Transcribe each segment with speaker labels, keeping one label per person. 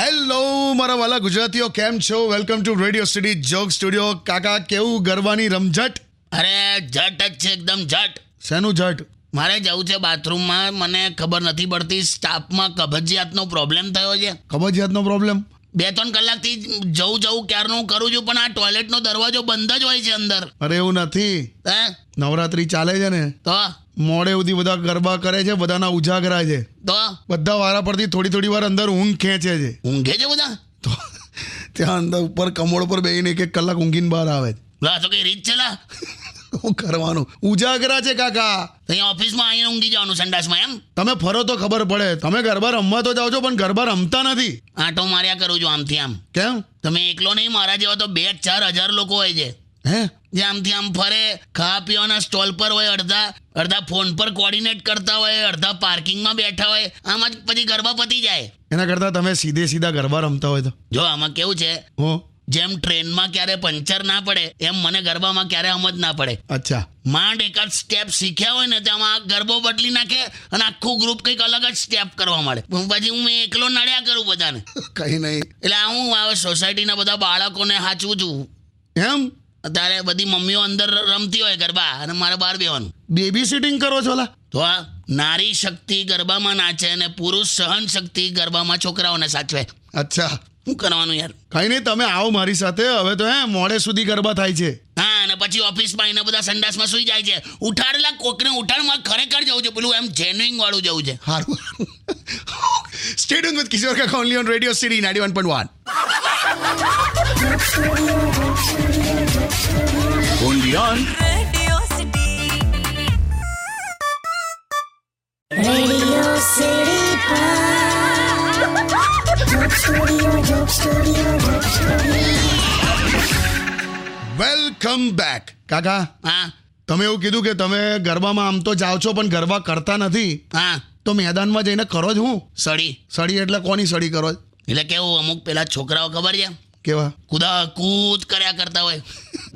Speaker 1: Hello મારા વાલા ગુજરાતીઓ કેમ છો welcome to radio city joke studio કાકા કેવું ગરબાની રમઝટ
Speaker 2: અરે જટ જ છે એકદમ જટ
Speaker 1: શેનું ઝટ
Speaker 2: મારે જવું છે બાથરૂમમાં મને ખબર નથી પડતી સ્ટાફમાં કબજિયાતનો પ્રોબ્લેમ થયો છે
Speaker 1: કબજિયાતનો પ્રોબ્લેમ
Speaker 2: બે ત્રણ કલાકથી જ જવું જવું ક્યારનું હું કરું છું પણ આ ટોયલેટનો દરવાજો બંધ જ હોય છે અંદર
Speaker 1: અરે એવું નથી
Speaker 2: હે
Speaker 1: નવરાત્રી ચાલે છે ને
Speaker 2: તો
Speaker 1: મોડે સુધી બધા ગરબા કરે છે બધાના ઉજાગરા છે
Speaker 2: તો
Speaker 1: બધા વારા પરથી થોડી થોડી વાર અંદર ઊંઘ ખેંચે છે
Speaker 2: ઊંઘે છે બધા
Speaker 1: તો ત્યાં અંદર ઉપર કમોડ પર બેહીને એક એક કલાક ઊંઘીને બહાર આવે છે
Speaker 2: લા તો કઈ રીત છે લા
Speaker 1: શું કરવાનું ઉજાગરા છે કાકા
Speaker 2: તો અહીંયા ઓફિસમાં આવીને ઊંઘી જવાનું સંડાસમાં એમ
Speaker 1: તમે ફરો તો ખબર પડે તમે ગરબા રમવા તો જાઓ છો પણ ગરબા રમતા નથી
Speaker 2: આંટો માર્યા કરું છું આમથી આમ
Speaker 1: કેમ
Speaker 2: તમે એકલો નહીં મારા જેવા તો બે ચાર હજાર લોકો હોય છે
Speaker 1: હે
Speaker 2: જે આમથી આમ ફરે ખાવા પીવાના સ્ટોલ પર હોય અડધા અડધા ફોન પર કોર્ડિનેટ કરતા હોય અડધા પાર્કિંગમાં બેઠા હોય આમ જ પછી ગરબા પતી જાય
Speaker 1: એના કરતાં તમે સીધે સીધા ગરબા રમતા હોય તો
Speaker 2: જો આમાં કેવું છે
Speaker 1: હો
Speaker 2: જેમ ટ્રેનમાં ક્યારે પંચર ના પડે એમ મને ગરબામાં ક્યારે સમજ ના પડે
Speaker 1: અચ્છા
Speaker 2: માંડ એકાદ સ્ટેપ શીખ્યા હોય ને તેમાં આ ગરબો બદલી નાખે અને આખું ગ્રુપ કંઈક અલગ જ સ્ટેપ કરવા મળે હું પછી હું એકલો નડ્યા કરું બધાને
Speaker 1: કંઈ નહીં
Speaker 2: એટલે આ હું આ સોસાયટીના બધા બાળકોને સાચવું છું
Speaker 1: એમ
Speaker 2: ત્યારે બધી મમ્મીઓ અંદર રમતી હોય ગરબા અને મારે બહાર બેવાનું
Speaker 1: બેબી સિટિંગ કરો છો લા
Speaker 2: તો આ નારી શક્તિ ગરબામાં નાચે અને પુરુષ સહન શક્તિ ગરબામાં છોકરાઓને સાચવે
Speaker 1: અચ્છા
Speaker 2: શું કરવાનું યાર
Speaker 1: કંઈ નહીં તમે આવો મારી સાથે હવે તો હે મોડે સુધી ગરબા થાય છે
Speaker 2: હા અને પછી ઓફિસમાં એને બધા સંડાસમાં સૂઈ જાય છે ઉઠાડેલા કોકને ઉઠાડમાં ખરેખર જવું છે પેલું એમ જેન્યુઇંગ વાળું જવું છે
Speaker 1: સારું સ્ટેડિયમ વિથ કિશોર કાકા only on radio city ninety one point one
Speaker 3: Radio City.
Speaker 4: Radio City Pod. Joke Studio, Joke Studio, Joke Studio.
Speaker 1: Welcome back કાકા
Speaker 2: હા
Speaker 1: તમે એવું કીધું કે તમે ગરબામાં આમ તો જાઓ છો પણ ગરબા કરતા નથી
Speaker 2: હા
Speaker 1: તો મેદાનમાં જઈને કરો જ હું
Speaker 2: સડી
Speaker 1: સડી એટલે કોની સડી કરો છો?
Speaker 2: એટલે કેવું અમુક પેલા છોકરાઓ ખબર છે
Speaker 1: કેવા
Speaker 2: કુદાકૂદ કર્યા કરતા હોય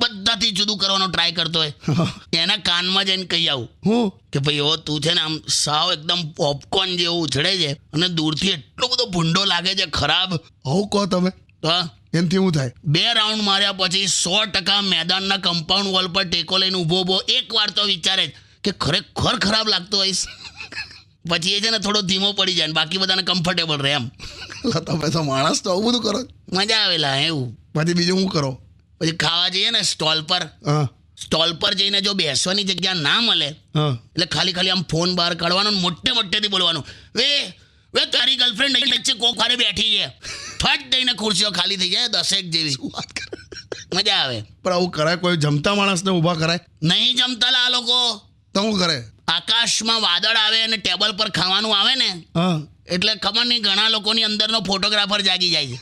Speaker 2: બધાથી જુદું કરવાનો ટ્રાય કરતો હોય એના કાનમાં જઈને કહી આવું
Speaker 1: હું
Speaker 2: કે ભાઈ ઓ તું છે ને આમ સાવ એકદમ પોપકોર્ન જેવું ઉછળે છે અને દૂરથી એટલો બધો ભૂંડો લાગે છે ખરાબ
Speaker 1: આવું કહો તમે
Speaker 2: તો
Speaker 1: એનથી હું થાય
Speaker 2: બે રાઉન્ડ માર્યા પછી સો ટકા મેદાનના કમ્પાઉન્ડ વોલ પર ટેકો લઈને ઊભો ઊભો એક વાર તો વિચારે જ કે ખરેખર ખરાબ લાગતો હોઈશ પછી એ છે ને થોડો ધીમો પડી જાય ને બાકી બધાને કમ્ફર્ટેબલ રહે એમ
Speaker 1: અલા, તમે તો માણસ તો આવું બધું કરો છો.
Speaker 2: મજા આવેલા એવું
Speaker 1: પછી બીજું હું કરો
Speaker 2: પછી ખાવા જઈએ ને સ્ટોલ પર
Speaker 1: હા
Speaker 2: સ્ટોલ પર જઈને જો બેસવાની જગ્યા ના મળે
Speaker 1: હા
Speaker 2: એટલે ખાલી ખાલી આમ ફોન બહાર કાઢવાનો ને મોટે મોટેથી બોલવાનું વે વે તારી ગર્લફ્રેન્ડ અહીં વચ્ચે કોખારે બેઠી છે ફટ દઈને ખુરશીઓ ખાલી થઈ જાય દસેક જેવી મજા આવે
Speaker 1: પણ આવું કરાય કોઈ જમતા માણસને ઊભા કરાય
Speaker 2: નહીં જમતા લા આ લોકો
Speaker 1: તો હું કરે
Speaker 2: આકાશમાં વાદળ આવે અને ટેબલ પર ખાવાનું આવે ને
Speaker 1: હા
Speaker 2: એટલે ખબર નહીં ઘણા લોકોની અંદરનો ફોટોગ્રાફર જાગી જાય છે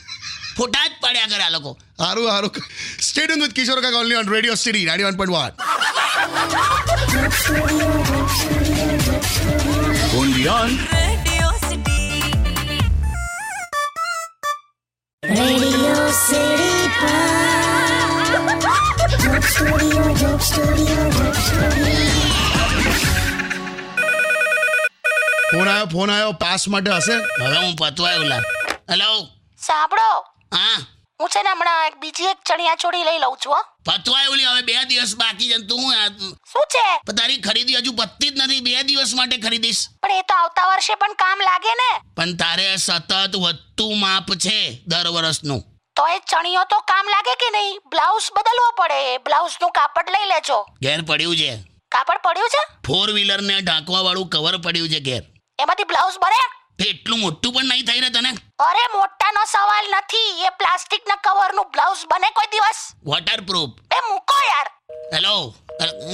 Speaker 2: ફોટા જ પાડ્યા કરે આ લોકો
Speaker 1: સારું સારું સ્ટેડિયમ વિથ કિશોર કાકા only on radio city ninety one point one
Speaker 3: Radio City.
Speaker 4: Radio City Pod. Joke Studio, Joke Studio, Joke Studio.
Speaker 1: Phone આવ્યો ફોન આવ્યો પાસ માટે હશે
Speaker 2: હવે હું પતવાયું લા હેલો
Speaker 5: સાંભળો
Speaker 2: હા
Speaker 5: હું છે ને હમણાં એક બીજી એક ચણિયા ચોળી લઈ લઉં છું હો
Speaker 2: પતવાયું લી હવે બે દિવસ બાકી છે ને તું આ
Speaker 5: શું છે
Speaker 2: પણ તારી ખરીદી હજુ પતતી જ નથી બે દિવસ માટે ખરીદીશ
Speaker 5: પણ એ તો આવતા વર્ષે પણ કામ લાગે ને
Speaker 2: પણ તારે સતત વધતું માપ છે દર વર્ષનું
Speaker 5: તો એ ચણિયો તો કામ લાગે કે નહીં બ્લાઉઝ બદલવો પડે એ બ્લાઉઝનું કાપડ લઈ લેજો
Speaker 2: ઘેર પડ્યું છે
Speaker 5: કાપડ પડ્યું છે
Speaker 2: ફોર વ્હીલરને ઢાંકવાવાળું કવર પડ્યું છે ઘેર
Speaker 5: એમાંથી બ્લાઉઝ બને
Speaker 2: તે એટલું મોટું પણ નહીં થઈ રહે તને
Speaker 5: અરે મોટાનો સવાલ નથી એ પ્લાસ્ટિકના કવરનું બ્લાઉઝ બને કોઈ દિવસ
Speaker 2: વોટરપ્રૂફ
Speaker 5: બે મૂકો યાર
Speaker 2: હેલો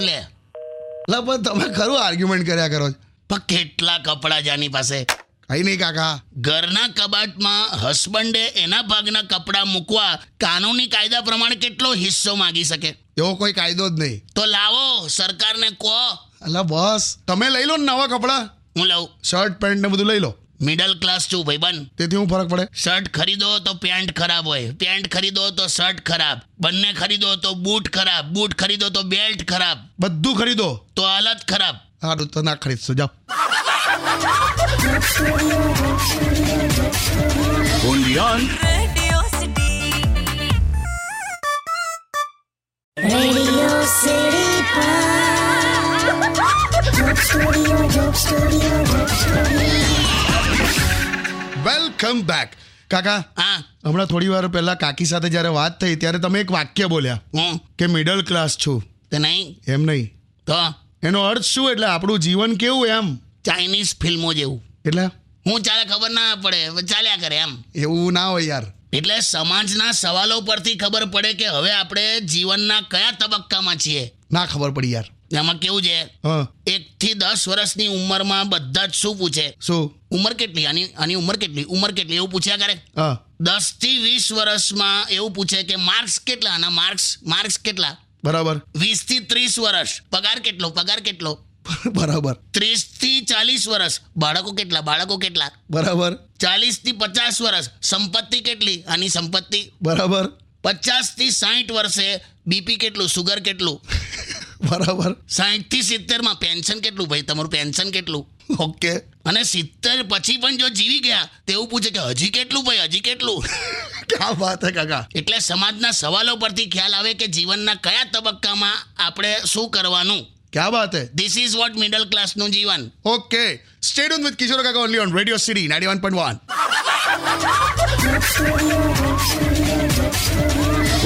Speaker 2: લે
Speaker 1: એટલે પણ તમે ખરું આર્ગ્યુમેન્ટ કર્યા કરો છો
Speaker 2: પણ કેટલા કપડાં જાની પાસે
Speaker 1: કંઈ નહીં કાકા
Speaker 2: ઘરના કબાટમાં હસબન્ડે એના ભાગના કપડાં મૂકવા કાનૂની કાયદા પ્રમાણે કેટલો હિસ્સો માંગી શકે
Speaker 1: એવો કોઈ કાયદો જ નહીં
Speaker 2: તો લાવો સરકારને કહો
Speaker 1: એટલે બસ તમે લઈ લો ને નવા કપડાં
Speaker 2: હું લઉં
Speaker 1: શર્ટ પેન્ટ ને બધું લઈ લો
Speaker 2: મિડલ ક્લાસ છું ભાઈબંધ
Speaker 1: તેથી હું ફરક પડે
Speaker 2: શર્ટ ખરીદો તો પેન્ટ ખરાબ હોય પેન્ટ ખરીદો તો શર્ટ ખરાબ બંને ખરીદો તો બૂટ ખરાબ બૂટ ખરીદો તો બેલ્ટ ખરાબ
Speaker 1: બધું ખરીદો
Speaker 2: તો હાલત ખરાબ
Speaker 1: સારું તો ના ખરીદશો જાઓ
Speaker 3: Radio City.
Speaker 4: Radio City Pod. Joke Studio, Joke Studio, Joke Studio.
Speaker 1: Welcome back કાકા
Speaker 2: હા
Speaker 1: હમણાં થોડી વાર પહેલા કાકી સાથે જ્યારે વાત થઈ ત્યારે તમે એક વાક્ય બોલ્યા
Speaker 2: હું
Speaker 1: કે મિડલ ક્લાસ છું
Speaker 2: તે નહીં
Speaker 1: એમ નહીં
Speaker 2: તો
Speaker 1: એનો અર્થ શું એટલે આપણું જીવન કેવું એમ
Speaker 2: ચાઇનીઝ ફિલ્મો જેવું
Speaker 1: એટલે
Speaker 2: હું ચાલે ખબર ના પડે હવે ચાલ્યા કરે એમ
Speaker 1: એવું ના હોય યાર
Speaker 2: એટલે સમાજના સવાલો પરથી ખબર પડે કે હવે આપણે જીવનના કયા તબક્કામાં છીએ
Speaker 1: ના ખબર પડી યાર
Speaker 2: એમાં કેવું છે
Speaker 1: હા
Speaker 2: એકથી દસ વર્ષની ઉંમરમાં બધા જ શું પૂછે
Speaker 1: શું
Speaker 2: ઉંમર કેટલી આની આની ઉંમર કેટલી ઉંમર કેટલી એવું પૂછ્યા કરે
Speaker 1: હા
Speaker 2: દસ થી વીસ વર્ષમાં એવું પૂછે કે માર્ક્સ કેટલા આના માર્ક્સ માર્ક્સ કેટલા
Speaker 1: બરાબર
Speaker 2: વીસ થી ત્રીસ વર્ષ પગાર કેટલો પગાર કેટલો
Speaker 1: બરાબર
Speaker 2: ત્રીસ થી ચાલીસ વર્ષ બાળકો કેટલા બાળકો કેટલા
Speaker 1: બરાબર
Speaker 2: ચાલીસ થી પચાસ વર્ષ સંપત્તિ કેટલી આની સંપત્તિ
Speaker 1: બરાબર
Speaker 2: પચાસ થી સાઠ વર્ષે બીપી કેટલું સુગર કેટલું
Speaker 1: બરાબર
Speaker 2: સાઠ થી સિત્તેરમાં પેન્શન કેટલું ભાઈ તમારું પેન્શન કેટલું
Speaker 1: ઓકે
Speaker 2: અને સિત્તેર પછી પણ જો જીવી ગયા તેવું પૂછે કે હજી કેટલું ભાઈ હજી કેટલું
Speaker 1: ક્યાં વાત હે કાકા
Speaker 2: એટલે સમાજના સવાલો પરથી ખ્યાલ આવે કે જીવનના કયા તબક્કામાં આપણે શું કરવાનું
Speaker 1: ક્યાં વાત hey
Speaker 2: this is what middle ક્લાસનું જીવન
Speaker 1: ઓકે સ્ટેડ ઓન વિથ કિશોર કાકા only on radio city ninety one point one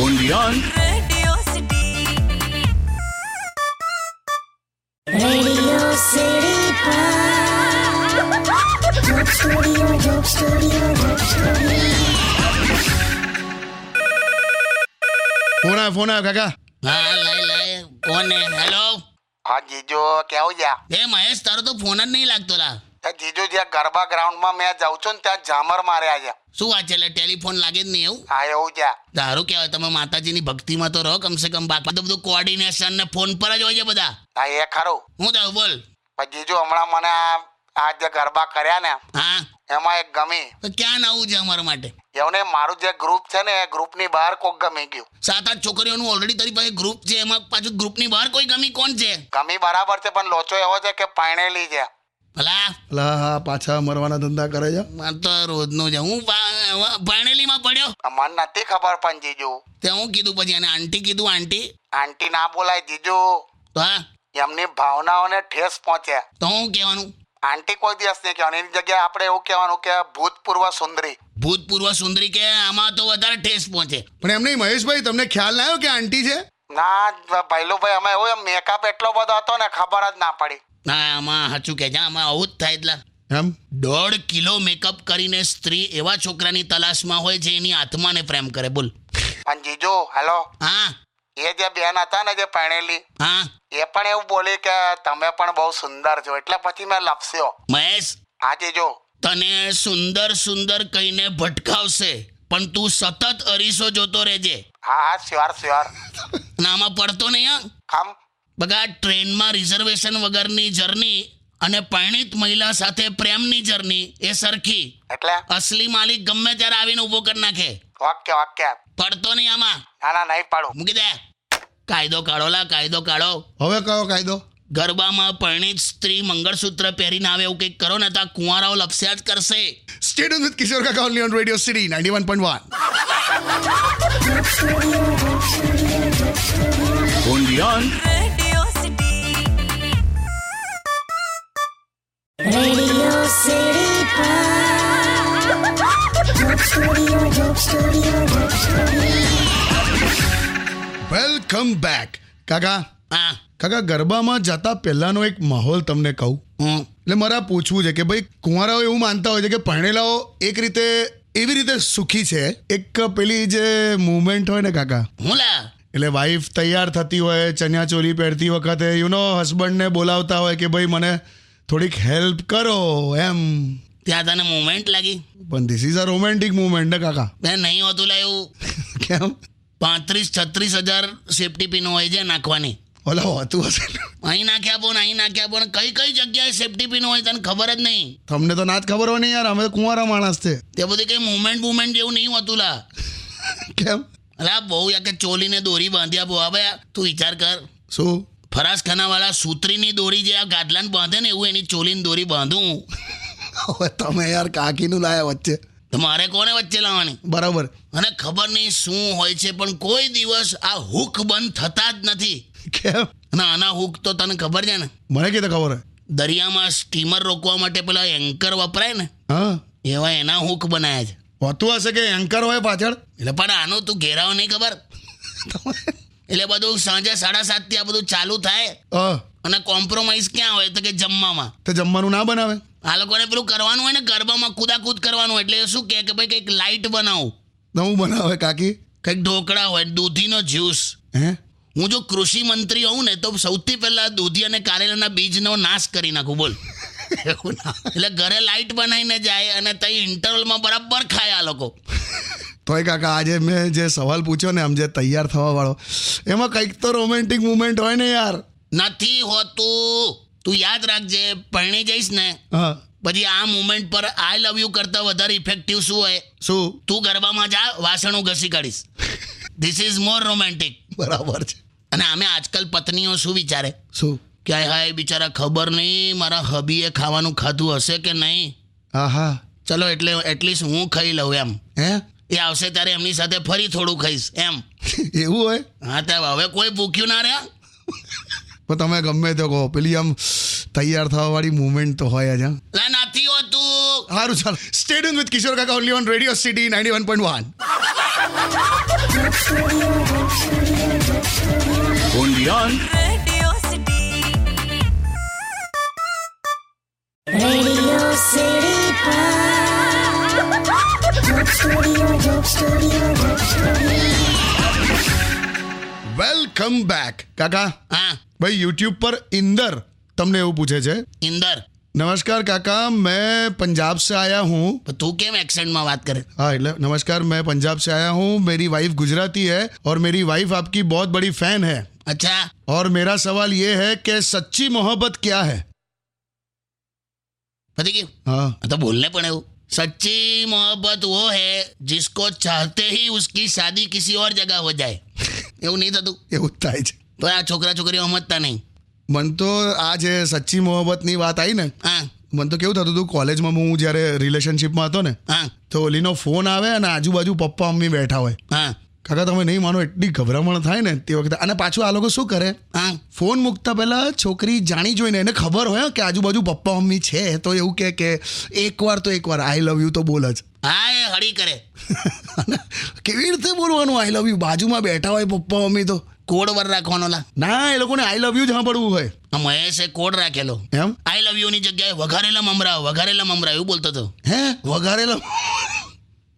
Speaker 3: Radio City.
Speaker 4: Radio City Pod. Joke Studio, Joke Studio, Joke Studio.
Speaker 1: Phone આવ્યો ફોન આવ્યો કાકા
Speaker 2: હા લઈ લઈ કોને હેલો
Speaker 6: હા જીજો કેવું છે
Speaker 2: એ મહેશ તારો તો ફોન જ નહીં લાગતો લા
Speaker 6: એ જીજુ જ્યાં ગરબા ગ્રાઉન્ડમાં મેં જાઉં છું ને ત્યાં જામર માર્યા છે
Speaker 2: શું વાત છે એટલે ટેલિફોન લાગે જ નહીં એવું
Speaker 6: હા એવું છે
Speaker 2: સારું કહેવાય તમે માતાજીની ભક્તિમાં તો રહો કમસે કમ બાકી તો બધું કોર્ડિનેશન ને ફોન પર જ હોય છે બધા
Speaker 6: હા એ ખરું
Speaker 2: હું થયું બોલ
Speaker 6: પણ જીજુ હમણાં મને આ- આ જે ગરબા કર્યા ને
Speaker 2: હા
Speaker 6: એમાં એક ગમી
Speaker 2: તો ક્યાં નવું છે અમારા માટે
Speaker 6: એવું નહીં મારું જે ગ્રુપ છે ને એ ગ્રુપની બહાર કોક ગમી ગયું
Speaker 2: સાત આઠ છોકરીઓનું ઓલરેડી તારી પાસે ગ્રુપ છે એમાં પાછું ગ્રુપની બહાર કોઈ ગમી કોણ છે
Speaker 6: ગમી બરાબર છે પણ લોચો એવો છે કે પાણેલી છે
Speaker 2: ભલા
Speaker 1: અલા હા પાછા મરવાના ધંધા કરે છે
Speaker 2: મારે તો રોજનું છે હું ભા- ભણેલીમાં પડ્યો
Speaker 6: મને નથી ખબર પણ જીજુ
Speaker 2: તે હું કીધું પછી અને આંટી કીધું આંટી
Speaker 6: આંટી ના બોલાય જીજુ
Speaker 2: તો હા
Speaker 6: એમની ભાવનાઓને ઠેસ પહોંચે
Speaker 2: તો હું કહેવાનું
Speaker 6: આંટી કોઈ દિવસ નહીં કહેવાનું એની જગ્યાએ આપણે એવું કહેવાનું કે ભૂતપૂર્વ સુંદરી
Speaker 2: ભૂતપૂર્વ સુંદરી કે આમાં તો વધારે ઠેસ પહોંચે
Speaker 1: પણ એમ નહીં મહેશભાઈ તમને ખ્યાલ ના આવ્યો કે આંટી છે
Speaker 6: ના ભાઈલું ભાઈ અમે એવું મેકઅપ એટલો બધો હતો ને ખબર જ ના પડી
Speaker 2: ના આમાં સાચું કે છે આમાં આવું જ થાય એટલા
Speaker 1: એમ
Speaker 2: દોઢ કિલો મેકઅપ કરીને સ્ત્રી એવા છોકરાની તલાશમાં હોય જે એની આત્માને પ્રેમ કરે બોલ
Speaker 6: પણ જીજુ હેલો
Speaker 2: હા
Speaker 6: એ જે બેન હતા ને જે પરણેલી
Speaker 2: હા
Speaker 6: એ પણ એવું બોલી કે તમે પણ બહુ સુંદર છો એટલે પછી મેં લપસ્યો
Speaker 2: મહેશ
Speaker 6: હા જીજુ
Speaker 2: તને સુંદર સુંદર કહીને ભટકાવશે પણ તું સતત અરીસો જોતો રહેજે
Speaker 6: હા હા શ્યોર શ્યોર
Speaker 2: અને આમાં પડતો નહીં હા
Speaker 6: ખમ
Speaker 2: બગા ટ્રેનમાં રિઝર્વેશન વગરની જર્ની અને પરિણીત મહિલા સાથે પ્રેમની જર્ની એ સરખી
Speaker 6: એટલે
Speaker 2: અસલી માલિક ગમે ત્યારે આવીને ઊભો કરી નાખે
Speaker 6: ઓકે ઓકે
Speaker 2: પડતો નહીં આમાં
Speaker 6: ના ના નહીં પાડું
Speaker 2: મૂકી દે કાયદો કાઢો લા કાયદો કાઢો
Speaker 1: હવે કયો કાયદો
Speaker 2: ગરબામાં પરણિત સ્ત્રી મંગળસૂત્ર પહેરીને આવે એવું કંઈક કરો ને તો આ કુંવારાઓ લપસ્યા જ કરશે
Speaker 1: સ્ટેડ ઓન વિથ કિશોર કાકા only on radio city ninety one point one
Speaker 3: Radio City.
Speaker 4: Radio City Pod. Joke Studio, Joke Studio, Joke Studio.
Speaker 1: Welcome back કાકા
Speaker 2: હા
Speaker 1: કાકા ગરબામાં જતા પહેલાનો એક માહોલ તમને કહું
Speaker 2: હું
Speaker 1: એટલે મારે આ પૂછવું છે કે ભાઈ કુંવારાઓ એવું માનતા હોય છે કે ભણેલાઓ એક રીતે એવી રીતે સુખી છે એક પેલી જે મુવમેન્ટ હોય ને કાકા
Speaker 2: હું લા
Speaker 1: એટલે વાઈફ તૈયાર થતી હોય ચણિયા ચોલી પહેરતી વખતે યુ નો હસબન્ડને બોલાવતા હોય કે ભાઈ મને થોડીક હેલ્પ કરો એમ
Speaker 2: ત્યાં તને મુમેન્ટ લાગી
Speaker 1: પણ this is a romantic movement ને કાકા
Speaker 2: બે નહીં હોતું લા એવું
Speaker 1: કેમ
Speaker 2: પાંત્રીસ છત્રીસ હજાર સેફ્ટી પિન હોય છે નાખવાની
Speaker 1: ઓલા હોતું હશે ને.
Speaker 2: અહીં નાખ્યા પણ અહીં નાખ્યા પણ કઈ કઈ જગ્યાએ સેફ્ટી પિન હોય તને ખબર જ નહીં
Speaker 1: તમને તો ના જ ખબર હોય ને યાર અમે તો કુંવારા માણસ છે
Speaker 2: તે બધી કઈ મુમેન્ટ બુમેન્ટ જેવું નહીં હોતું લા
Speaker 1: કેમ
Speaker 2: અલા બહુ યા કે ચોલીને દોરી બાંધ્યા બહુ હવે તું વિચાર કર
Speaker 1: શું
Speaker 2: ફરાસખાનાવાળા સૂત્રીની દોરી જે આ ગાદલાને બાંધે ને એવું એની ચોલીની દોરી બાંધું
Speaker 1: હવે તમે યાર કાકીનું લાયા વચ્ચે
Speaker 2: તો મારે કોને વચ્ચે લાવવાની
Speaker 1: બરાબર
Speaker 2: અને ખબર નહીં શું હોય છે પણ કોઈ દિવસ આ હુક બંધ થતા જ નથી
Speaker 1: કેમ
Speaker 2: અને આના હુક તો તને ખબર છે ને
Speaker 1: મને કીધું ખબર હે
Speaker 2: દરિયામાં સ્ટીમર રોકવા માટે પેલા એન્કર વપરાય ને
Speaker 1: હા
Speaker 2: એવા એના હુક બનાવ્યા છે
Speaker 1: હોતું હશે કે એન્કર હોય પાછળ
Speaker 2: એટલે પણ આનો તું ઘેરાવ નહીં ખબર એટલે બધું સાંજે સાડા સાતથી આ બધું ચાલુ થાય
Speaker 1: હા
Speaker 2: અને કોમ્પ્રોમાઇઝ ક્યાં હોય તો કે જમવામાં
Speaker 1: તો જમવાનું ના બનાવે
Speaker 2: આ લોકોને પેલું કરવાનું હોય ને ગરબામાં કૂદાકૂદ કરવાનું એટલે એ શું કહે કે ભાઈ કંઈક લાઇટ બનાવો
Speaker 1: નવું બનાવે કાકી
Speaker 2: કંઈક ઢોકળા હોય દૂધીનો જ્યુસ
Speaker 1: હે
Speaker 2: હું જો કૃષિ મંત્રી હોઉં ને તો સૌથી પહેલા દૂધી અને કારેલાના બીજનો નાશ કરી નાખું બોલ
Speaker 1: એવું ના
Speaker 2: એટલે ઘરે લાઇટ બનાવીને જાય અને તઈ ઇન્ટરવલમાં બરાબર ખાય આ લોકો
Speaker 1: તોય કાકા આજે મેં જે સવાલ પૂછ્યો ને આમ જે તૈયાર થવા વાળો એમાં કંઈક તો રોમેન્ટિક મુમેન્ટ હોય ને યાર
Speaker 2: નથી હોતું તું યાદ રાખજે પરણી જઈશ ને
Speaker 1: હા
Speaker 2: પછી આ મુમેન્ટ પર આઈ લવ યુ કરતાં વધારે ઇફેક્ટિવ શું હોય
Speaker 1: શું
Speaker 2: તું ગરબામાં જા વાસણ હું ઘસી કાઢીશ ધીસ ઇઝ મોર રોમેન્ટિક
Speaker 1: બરાબર છે
Speaker 2: અને અમે આજકાલ પત્નીઓ શું વિચારે
Speaker 1: શું
Speaker 2: કે હાય હાય બિચારા ખબર નહીં મારા હબીએ ખાવાનું ખાધું હશે કે નહીં
Speaker 1: હા હા
Speaker 2: ચલો એટલે એટલીસ્ટ હું ખાઈ લઉં એમ
Speaker 1: હે
Speaker 2: એ આવશે ત્યારે એમની સાથે ફરી થોડું ખાઈશ એમ
Speaker 1: એવું હોય
Speaker 2: હા ત્યાં હવે કોઈ ભૂખ્યું ના રહ્યા
Speaker 1: પણ તમે ગમે તે કહો પેલી આમ તૈયાર થવા વાળી મુમેન્ટ તો હોય જ હા
Speaker 2: લા નથી હોતું
Speaker 1: સારું ચાલો સ્ટેડિયમ વિથ કિશોર કાકા only on radio city ninety one point one
Speaker 3: Radio City.
Speaker 4: Radio City Pod. Joke Studio, Joke Studio, Joke Studio.
Speaker 1: Welcome back કાકા
Speaker 2: હા
Speaker 1: ભાઈ યુટ્યુબ પર ઇન્દર તમને એવું પૂછે છે
Speaker 2: ઇન્દર
Speaker 1: નમસ્કાર કાકા मैं पंजाब से आया हूँ
Speaker 2: પણ તું કેમ એક્સેન્ટમાં વાત કરે
Speaker 1: हाँ એટલે नमस्कार मैं पंजाब से आया हूँ मेरी वाइफ गुजराती है और मेरी वाइफ आपकी बहुत बड़ी फैन है
Speaker 2: અચ્છા
Speaker 1: और मेरा सवाल ये है कि सच्ची मोहब्बत क्या है
Speaker 2: પતી ગયું
Speaker 1: हाँ
Speaker 2: આ તો બોલને પણ એવું સચ્ચી મોહબ્બત વો હે જિસકો ચાહતે હી ઉસકી શાદી કિસી ઓર જગહ હો જાય એવું નહીં થતું
Speaker 1: એવું જ થાય છે
Speaker 2: તો આ છોકરા છોકરીઓ સમજતા નહીં
Speaker 1: મન તો આ જે સચ્ચી મોહબ્બતની વાત આવી ને
Speaker 2: હા
Speaker 1: મન તો કેવું થતું હતું કોલેજમાં હું જ્યારે રિલેશનશિપમાં હતો ને
Speaker 2: હા
Speaker 1: તો ઓલીનો ફોન આવે અને આજુબાજુ પપ્પા મમ્મી બેઠા હોય
Speaker 2: હા
Speaker 1: કાકા તમે નહીં માનો એટલી ગભરામણ થાય ને તે વખતે અને પાછું આ લોકો શું કરે
Speaker 2: હા
Speaker 1: ફોન મૂકતા પહેલા છોકરી જાણી જોઈને એને ખબર હોય કે આજુબાજુ પપ્પા મમ્મી છે તો એવું કહે કે એકવાર તો એકવાર આઈ લવ યુ તો બોલ જ
Speaker 2: હા એ હળી કરે
Speaker 1: અને કેવી રીતે બોલવાનું આઈ લવ યુ બાજુમાં બેઠા હોય પપ્પા મમ્મી તો
Speaker 2: કોડ વર રાખવાનો લા
Speaker 1: ના એ લોકોને આઈ લવ યુ જ સાંભળવું હોય
Speaker 2: આ મહેશે કોડ રાખેલો
Speaker 1: એમ
Speaker 2: આઈ લવ યુ ની જગ્યાએ વઘારેલા મમરા વઘારેલા મમરા એવું બોલતો હતો
Speaker 1: હે વઘારેલા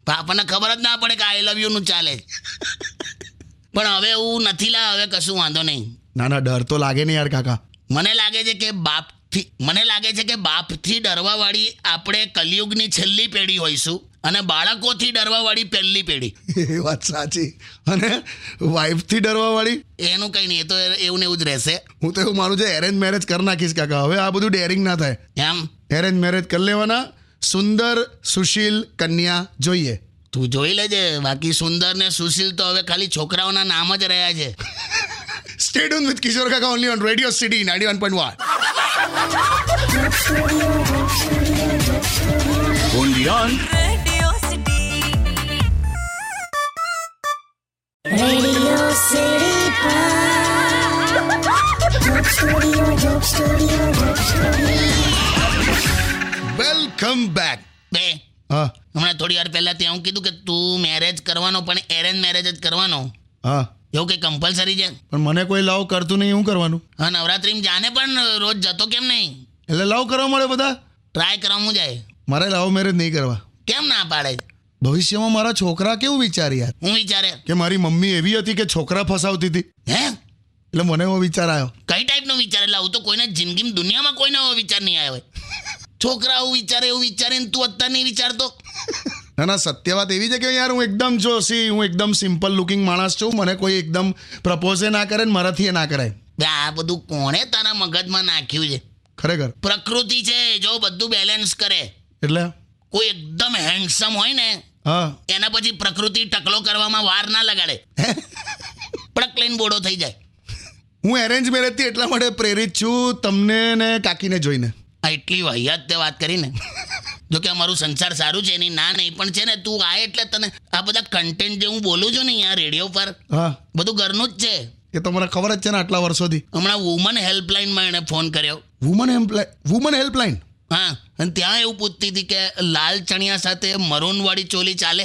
Speaker 2: પણ આપણને ખબર જ ના પડે કે આઈ લવ યુ નું ચાલે પણ હવે એવું નથી લા હવે કશું વાંધો નહીં
Speaker 1: ના ના ડર તો લાગે ને યાર કાકા
Speaker 2: મને લાગે છે કે બાપથી મને લાગે છે કે બાપથી ડરવાવાળી આપણે કલયુગની છેલ્લી પેઢી હોઈશું અને બાળકોથી ડરવાવાળી પહેલી પેઢી
Speaker 1: એ વાત સાચી અને વાઈફથી ડરવાવાળી
Speaker 2: એનું કંઈ નહીં એ તો એ- એવું ને એવું જ રહેશે
Speaker 1: હું તો એવું માનું છે એરેન્જ મેરેજ કરી નાખીશ કાકા હવે આ બધું ડેરિંગ ના થાય
Speaker 2: એમ
Speaker 1: એરેન્જ મેરેજ કરી લેવાના સુંદર સુશીલ કન્યા જોઈએ
Speaker 2: તું જોઈ લેજે બાકી સુંદર ને સુશીલ તો હવે ખાલી છોકરાઓના નામ જ રહ્યા છે
Speaker 1: Stay tuned with Kishore Kaka only on Radio City 91.1.
Speaker 3: Radio City.
Speaker 4: Radio City Pod. Joke Studio, Joke Studio, Joke Studio.
Speaker 1: Welcome back.
Speaker 2: બે
Speaker 1: હા
Speaker 2: હમણાં થોડી વાર પહેલાં ત્યાં હું કીધું કે તું મેરેજ કરવાનો પણ એરેન્જ મેરેજ જ કરવાનો
Speaker 1: હા
Speaker 2: એવું કંઈ કમ્પલસરી છે
Speaker 1: પણ મને કોઈ લવ કરતું નહીં હું કરવાનું
Speaker 2: હા નવરાત્રિમાં જાને પણ રોજ જતો કેમ નહીં
Speaker 1: એટલે લવ કરવા મળે બધા
Speaker 2: ટ્રાય કરવાનું જાય
Speaker 1: મારે લવ મેરેજ નહીં કરવા
Speaker 2: કેમ ના પાડે
Speaker 1: ભવિષ્યમાં મારા છોકરા કેવું વિચાર યાર
Speaker 2: હું વિચારે
Speaker 1: કે મારી મમ્મી એવી હતી કે છોકરા ફસાવતી હતી
Speaker 2: હે
Speaker 1: એટલે મને એવો વિચાર આવ્યો
Speaker 2: કઈ ટાઈપનો વિચાર એટલે આવું તો કોઈને જિંદગીમાં દુનિયામાં કોઈને એવો વિચાર નહીં આવ્યો હોય છોકરા આવું વિચારે એવું વિચારે ને તું અત્યારે નહીં વિચારતો
Speaker 1: ના ના સત્ય વાત એવી છે કે યાર હું એકદમ જોશી હું એકદમ સિમ્પલ લુકિંગ માણસ છું મને કોઈ એકદમ પ્રપોઝે ના કરે ને મારાથી એ ના કરાય
Speaker 2: બે આ બધું કોણે તારા મગજમાં નાખ્યું છે
Speaker 1: ખરેખર
Speaker 2: પ્રકૃતિ છે જો બધું બેલેન્સ કરે
Speaker 1: એટલે
Speaker 2: કોઈ એકદમ હેન્ડસમ હોય ને
Speaker 1: હા
Speaker 2: એના પછી પ્રકૃતિ ટકલો કરવામાં વાર ના લગાડે
Speaker 1: હે?
Speaker 2: પડક લઈને બોડો થઈ જાય
Speaker 1: હું એરેન્જ મેરેજથી એટલા માટે પ્રેરિત છું તમને ને કાકીને જોઈને
Speaker 2: આ એટલી વાહિયાત તે વાત કરીને જોકે અમારું સંસાર સારું છે એની ના નહીં પણ છે ને તું આ એટલે તને આ બધા કન્ટેન્ટ જે હું બોલું છું ને અહીંયા રેડિયો પર
Speaker 1: હા
Speaker 2: બધું ઘરનું જ છે
Speaker 1: એ તો મને ખબર જ છે ને આટલા વર્ષોથી
Speaker 2: હમણાં વુમન હેલ્પલાઇનમાં એણે ફોન કર્યો
Speaker 1: વુમન હેલ્પલાઇન વુમન હેલ્પલાઇન
Speaker 2: હા અને ત્યાં એવું પૂછતી હતી કે લાલ ચણિયા સાથે મરૂનવાળી ચોલી ચાલે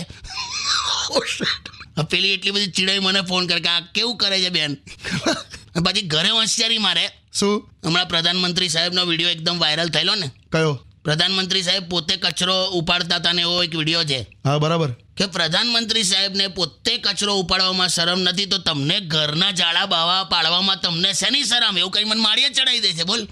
Speaker 2: આ પેલી એટલી બધી ચીડાઈ મને ફોન કરે કે આ કેવું કરે છે બેન અને પછી ઘરે હોશિયારી મારે
Speaker 1: શું
Speaker 2: હમણાં પ્રધાનમંત્રી સાહેબનો વિડીયો એકદમ વાયરલ થયેલો ને
Speaker 1: કયો
Speaker 2: પ્રધાનમંત્રી સાહેબ પોતે કચરો ઉપાડતા હતા ને એવો એક વિડીયો છે
Speaker 1: હા બરાબર
Speaker 2: કે પ્રધાનમંત્રી સાહેબને પોતે કચરો ઉપાડવામાં શરમ નથી તો તમને ઘરના ઝાડા બાવા પાડવામાં તમને શેની શરમ એવું કંઈ મને માળીએ ચડાવી દે છે બોલ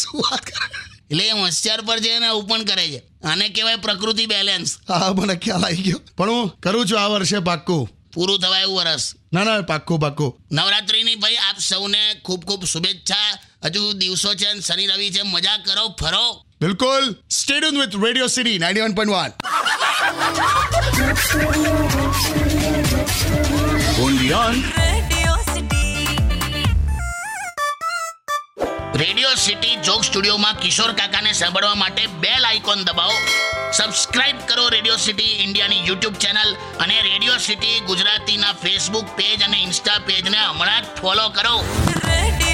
Speaker 2: શું વાત કરે એટલે એ હોશિયાર પર છે ને ઓપન કરે છે આને કહેવાય પ્રકૃતિ બેલેન્સ
Speaker 1: હા મને ખ્યાલ આવી ગયો પણ હું કરું છું આ વર્ષે પાક્કું
Speaker 2: પૂરું થવાય એવું વરસ
Speaker 1: ના ના પાક્કું પાક્કું
Speaker 2: નવરાત્રિની ભાઈ આપ સૌને ખૂબ ખૂબ શુભેચ્છા હજુ દિવસો છે ને શનિ રવિ છે મજા કરો ફરો
Speaker 1: બિલકુલ stadium with radio city ninety one point one
Speaker 3: Radio City.
Speaker 2: Radio city joke સ્ટુડિયોમાં કિશોર કાકાને સાંભળવા માટે બેલ આઇકોન દબાવો સબસ્ક્રાઇબ કરો રેડિયો સિટી ઇન્ડિયાની યુટ્યુબ ચેનલ અને રેડિયો સિટી ગુજરાતીના ફેસબુક પેજ અને ઇન્સ્ટા પેજને હમણાં જ ફોલો કરો
Speaker 3: Radio